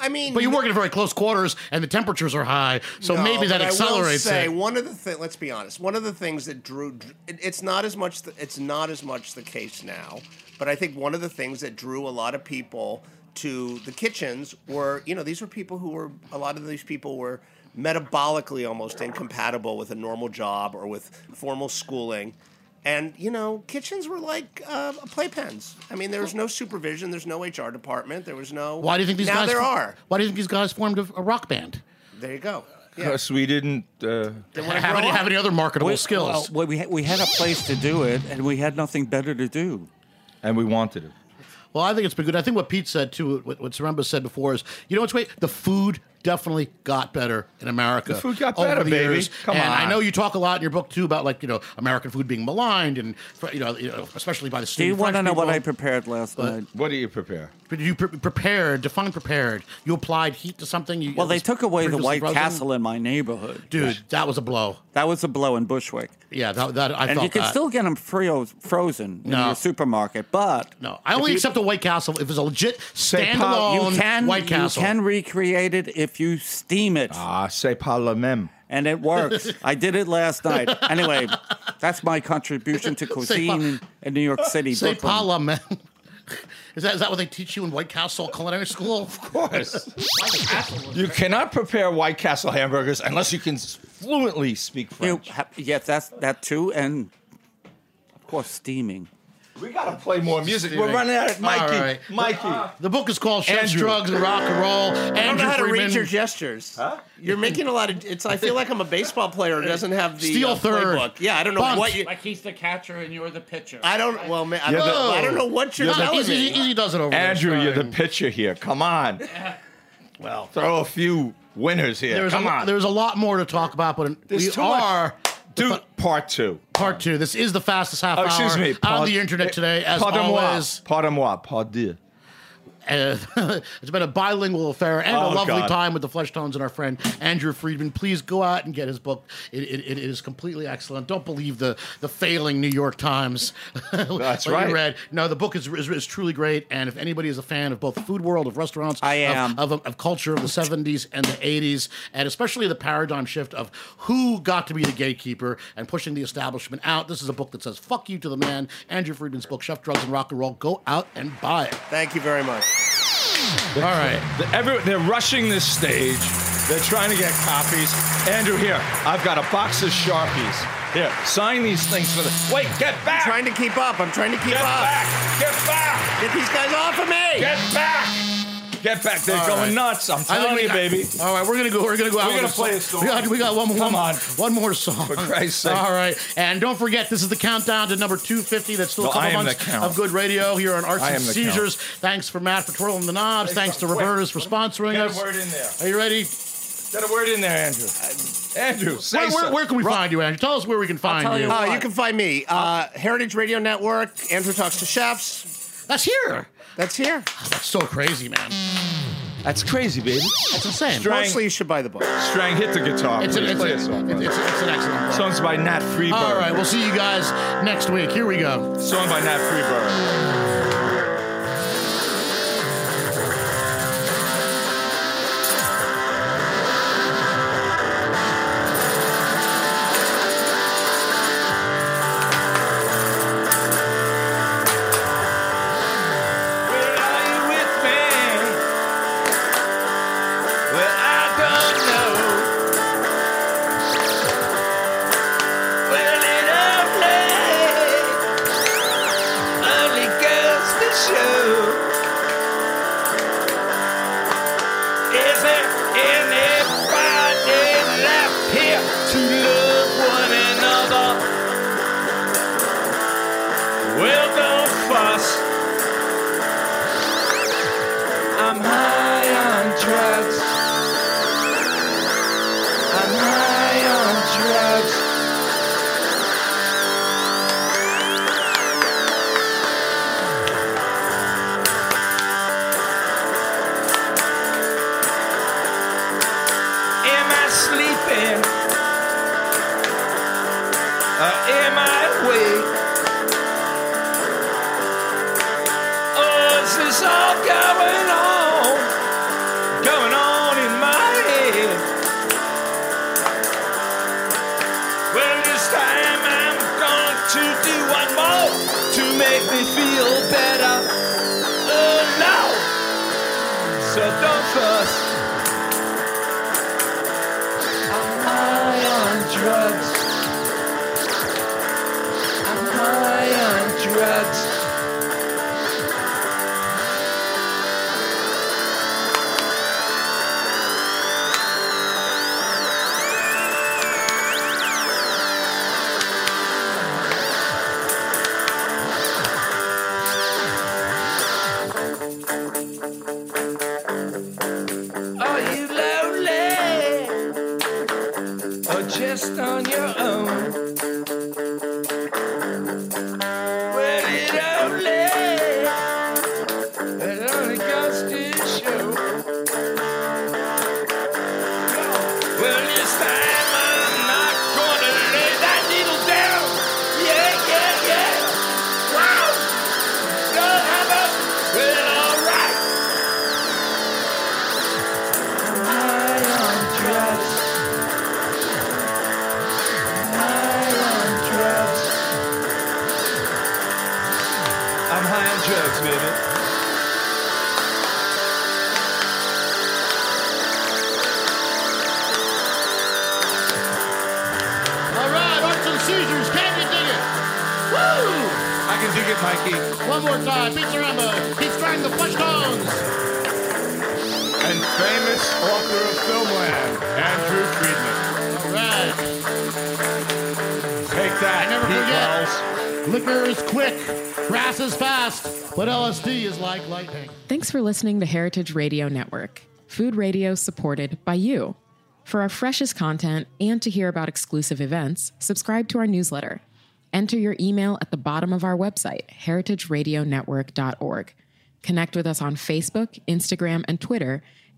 [SPEAKER 9] I mean,
[SPEAKER 7] but you work in very close quarters and the temperatures are high, so
[SPEAKER 9] No,
[SPEAKER 7] maybe that
[SPEAKER 9] but I will
[SPEAKER 7] accelerates
[SPEAKER 9] say
[SPEAKER 7] it.
[SPEAKER 9] one of the things. Let's be honest. One of the things that drew it- it's not as much. The, it's not as much the case now, but I think one of the things that drew a lot of people to the kitchens were you know these were people who were a lot of these people were metabolically almost incompatible with a normal job or with formal schooling. And you know, kitchens were like uh, playpens. I mean, there was no supervision. There's no HR department. There was no.
[SPEAKER 7] Why do you think these
[SPEAKER 9] now
[SPEAKER 7] guys?
[SPEAKER 9] there are?
[SPEAKER 7] Why do you think these guys formed a, a rock band?
[SPEAKER 9] There you go. Yeah.
[SPEAKER 6] Because we didn't. Uh,
[SPEAKER 7] Have any, have any other marketable
[SPEAKER 12] we,
[SPEAKER 7] skills?
[SPEAKER 12] well, we- we, had- we had a place to do it, and we had nothing better to do.
[SPEAKER 6] And we wanted it.
[SPEAKER 7] Well, I think it's been good. I think what Pete said too, what, what Saremba said before is, you know what's great? The food definitely got better in America.
[SPEAKER 6] The food got
[SPEAKER 7] over
[SPEAKER 6] better,
[SPEAKER 7] the
[SPEAKER 6] baby.
[SPEAKER 7] years.
[SPEAKER 6] Come
[SPEAKER 7] and I
[SPEAKER 6] on.
[SPEAKER 7] know you talk a lot in your book too about like you know American food being maligned and you know, you know especially by the
[SPEAKER 12] Do
[SPEAKER 7] student.
[SPEAKER 12] you want to
[SPEAKER 7] French
[SPEAKER 12] know what
[SPEAKER 7] people.
[SPEAKER 12] I prepared last
[SPEAKER 7] What?
[SPEAKER 12] night?
[SPEAKER 6] What do you prepare?
[SPEAKER 7] But you pre- prepared? Define prepared. You applied heat to something. You,
[SPEAKER 12] Well, they took away the
[SPEAKER 7] previously
[SPEAKER 12] White
[SPEAKER 7] frozen?
[SPEAKER 12] Castle in my neighborhood.
[SPEAKER 7] Dude, that was a blow.
[SPEAKER 12] That was a blow in Bushwick.
[SPEAKER 7] Yeah, that, that I
[SPEAKER 12] and
[SPEAKER 7] thought
[SPEAKER 12] you can
[SPEAKER 7] that.
[SPEAKER 12] still get them fro- frozen
[SPEAKER 7] No.
[SPEAKER 12] in
[SPEAKER 6] Uh,
[SPEAKER 12] your supermarket, but
[SPEAKER 7] no, I only accept a White Castle if it's a legit
[SPEAKER 12] Pop-
[SPEAKER 7] standalone
[SPEAKER 12] you can,
[SPEAKER 7] White Castle.
[SPEAKER 12] You can recreate it if you steam it.
[SPEAKER 6] Ah, c'est pas la même.
[SPEAKER 12] And it works. I did it last night. Anyway, that's my contribution to cuisine in, in New York City.
[SPEAKER 7] Say
[SPEAKER 12] Brooklyn.
[SPEAKER 7] Paula, man. Is that, is that what they teach you in White Castle Culinary School? Of
[SPEAKER 6] course. You cannot prepare White Castle hamburgers unless you can s- fluently speak
[SPEAKER 12] You
[SPEAKER 6] French.
[SPEAKER 12] ha- yes, that's that too, and of course steaming.
[SPEAKER 6] We got to play more music. We're running out of Mikey. Mikey.
[SPEAKER 7] The book is called Chef's
[SPEAKER 6] Andrew.
[SPEAKER 7] Drugs and Rock and Roll.
[SPEAKER 9] I don't know
[SPEAKER 7] Andrew
[SPEAKER 9] how to
[SPEAKER 7] Freeman.
[SPEAKER 9] read your gestures. You're making a lot of. It's. I feel like I'm a baseball player who doesn't have the
[SPEAKER 7] Steal
[SPEAKER 9] uh,
[SPEAKER 7] third.
[SPEAKER 9] playbook. Yeah, I don't know what you.
[SPEAKER 14] like he's the catcher and you're the pitcher.
[SPEAKER 9] I don't. Well, man, I,
[SPEAKER 6] You're
[SPEAKER 9] don't,
[SPEAKER 6] the-
[SPEAKER 9] know- I don't know what you're
[SPEAKER 6] you're the-
[SPEAKER 9] telling
[SPEAKER 6] Easy-
[SPEAKER 9] me.
[SPEAKER 6] easy-
[SPEAKER 7] easy does it over there,
[SPEAKER 6] Andrew, you're the
[SPEAKER 7] starring-
[SPEAKER 6] pitcher here. Come on.
[SPEAKER 7] Well,
[SPEAKER 6] throw a few winners here.
[SPEAKER 7] There's
[SPEAKER 6] Come
[SPEAKER 7] a,
[SPEAKER 6] on.
[SPEAKER 7] There's a lot more to talk about, but
[SPEAKER 6] There's
[SPEAKER 7] we
[SPEAKER 6] too much.
[SPEAKER 7] are
[SPEAKER 6] Dude, part two.
[SPEAKER 7] part two. This is the fastest half
[SPEAKER 6] Oh, excuse
[SPEAKER 7] hour
[SPEAKER 6] me.
[SPEAKER 7] on
[SPEAKER 6] Pard-
[SPEAKER 7] the internet today, as
[SPEAKER 6] pardon
[SPEAKER 7] always.
[SPEAKER 6] Moi, pardon moi. Pardon.
[SPEAKER 9] Uh, it's been a bilingual affair and a
[SPEAKER 6] Oh,
[SPEAKER 9] lovely
[SPEAKER 6] God.
[SPEAKER 9] time with the Flesh Tones and our friend Andrew Friedman. Please go out and get his book. It, it, it is completely excellent. Don't believe the, the failing New York Times. That's
[SPEAKER 6] right.
[SPEAKER 9] Read. No, the book is, is, is truly great. And if anybody is a fan of both the food world, of restaurants,
[SPEAKER 15] I
[SPEAKER 9] of-
[SPEAKER 15] am.
[SPEAKER 9] Of, of, culture of the 70s and the 80s, and especially the paradigm shift of who got to be the gatekeeper and pushing the establishment out. This is a book that says, fuck you to the man. Andrew Friedman's book, Chef, Drugs, and Rock and Roll. Go out and buy it.
[SPEAKER 16] Thank you very much.
[SPEAKER 9] All right.
[SPEAKER 6] The- every- they're rushing this stage. They're trying to get copies. Andrew, here, I've got a box of Sharpies. Here, sign these things for the. Wait, get back! I'm
[SPEAKER 16] trying to keep up. I'm trying to keep
[SPEAKER 6] get
[SPEAKER 16] up.
[SPEAKER 6] Back. Get back!
[SPEAKER 16] Get these guys off of me!
[SPEAKER 6] Get back! Get back! They're
[SPEAKER 9] All
[SPEAKER 6] going
[SPEAKER 9] right.
[SPEAKER 6] nuts. I'm
[SPEAKER 9] I
[SPEAKER 6] telling
[SPEAKER 9] think
[SPEAKER 6] you,
[SPEAKER 9] we got-
[SPEAKER 6] baby.
[SPEAKER 9] All right, we're gonna go. We're gonna go out.
[SPEAKER 6] We're gonna
[SPEAKER 9] with
[SPEAKER 6] play a
[SPEAKER 9] song.
[SPEAKER 6] song.
[SPEAKER 9] We got, we got one.
[SPEAKER 6] Come
[SPEAKER 9] one,
[SPEAKER 6] on.
[SPEAKER 9] one more song. For
[SPEAKER 6] Christ's sake.
[SPEAKER 9] All right, and don't forget, this is the countdown to number two fifty. That's still
[SPEAKER 6] No,
[SPEAKER 9] a couple
[SPEAKER 6] I am the
[SPEAKER 9] months
[SPEAKER 6] count.
[SPEAKER 9] of good radio here on Arts
[SPEAKER 6] I
[SPEAKER 9] and
[SPEAKER 6] am the
[SPEAKER 9] Seizures. Thanks for Matt for twirling the knobs. Thanks to Robertus for sponsoring
[SPEAKER 6] Get
[SPEAKER 9] us.
[SPEAKER 6] a word in there.
[SPEAKER 9] Are you ready?
[SPEAKER 6] Get a word in there, Andrew. Andrew, say
[SPEAKER 9] Where, where,
[SPEAKER 6] something.
[SPEAKER 9] where can we find you, Andrew? Tell us where we can find you.
[SPEAKER 16] Uh, you can find me, uh, Heritage Radio Network, Andrew Talks to Chefs.
[SPEAKER 9] That's here.
[SPEAKER 16] That's here.
[SPEAKER 9] That's so crazy, man.
[SPEAKER 6] That's crazy, baby.
[SPEAKER 9] That's insane.
[SPEAKER 6] Strang-
[SPEAKER 16] Mostly you should buy the book.
[SPEAKER 6] Strang, hit the guitar.
[SPEAKER 9] It's an-
[SPEAKER 6] please.
[SPEAKER 9] it's
[SPEAKER 6] Play
[SPEAKER 9] an-
[SPEAKER 6] a song.
[SPEAKER 9] it's- it's- it's an excellent book.
[SPEAKER 6] Songs by Nat Freeberg.
[SPEAKER 9] All right, we'll see you guys next week. Here we go.
[SPEAKER 6] Song by Nat Freeberg. Where are you with me? Well, I don't know. Well, it up late. Only girls to show. Is there anybody left here to love one another? Well, don't fuss. I'm high on drugs. I'm high on drugs. Am I sleeping? Or am I awake? Oh, is this all going on? Going on in my head. Well, this time I'm going to do one more to make me feel better. Oh no! So don't fuss. I'm high on drugs. I'm high on drugs. Are you lonely? Or just on your own? Well, it only, it only goes to show. Well, this time I'm not gonna lay that needle down. Yeah, yeah, yeah. Wow. Don't have a, well, alright. I'm high on drugs, baby.
[SPEAKER 9] All right, Arts and Seizures, can you dig it? Woo!
[SPEAKER 6] I can dig it, Mikey.
[SPEAKER 9] One more time, Pizza Rambo, keep trying the flesh tones.
[SPEAKER 6] And famous author of Filmland, Andrew Friedman.
[SPEAKER 9] All right,
[SPEAKER 6] Take that,
[SPEAKER 9] I never
[SPEAKER 6] Pete
[SPEAKER 9] forget.
[SPEAKER 6] Wells.
[SPEAKER 9] liquor is quick, grass is fast, but LSD is like lightning.
[SPEAKER 5] Thanks for listening to Heritage Radio Network, food radio supported by you. For our freshest content and to hear about exclusive events, subscribe to our newsletter. Enter your email at the bottom of our website, heritageradionetwork.org. Connect with us on Facebook, Instagram, and Twitter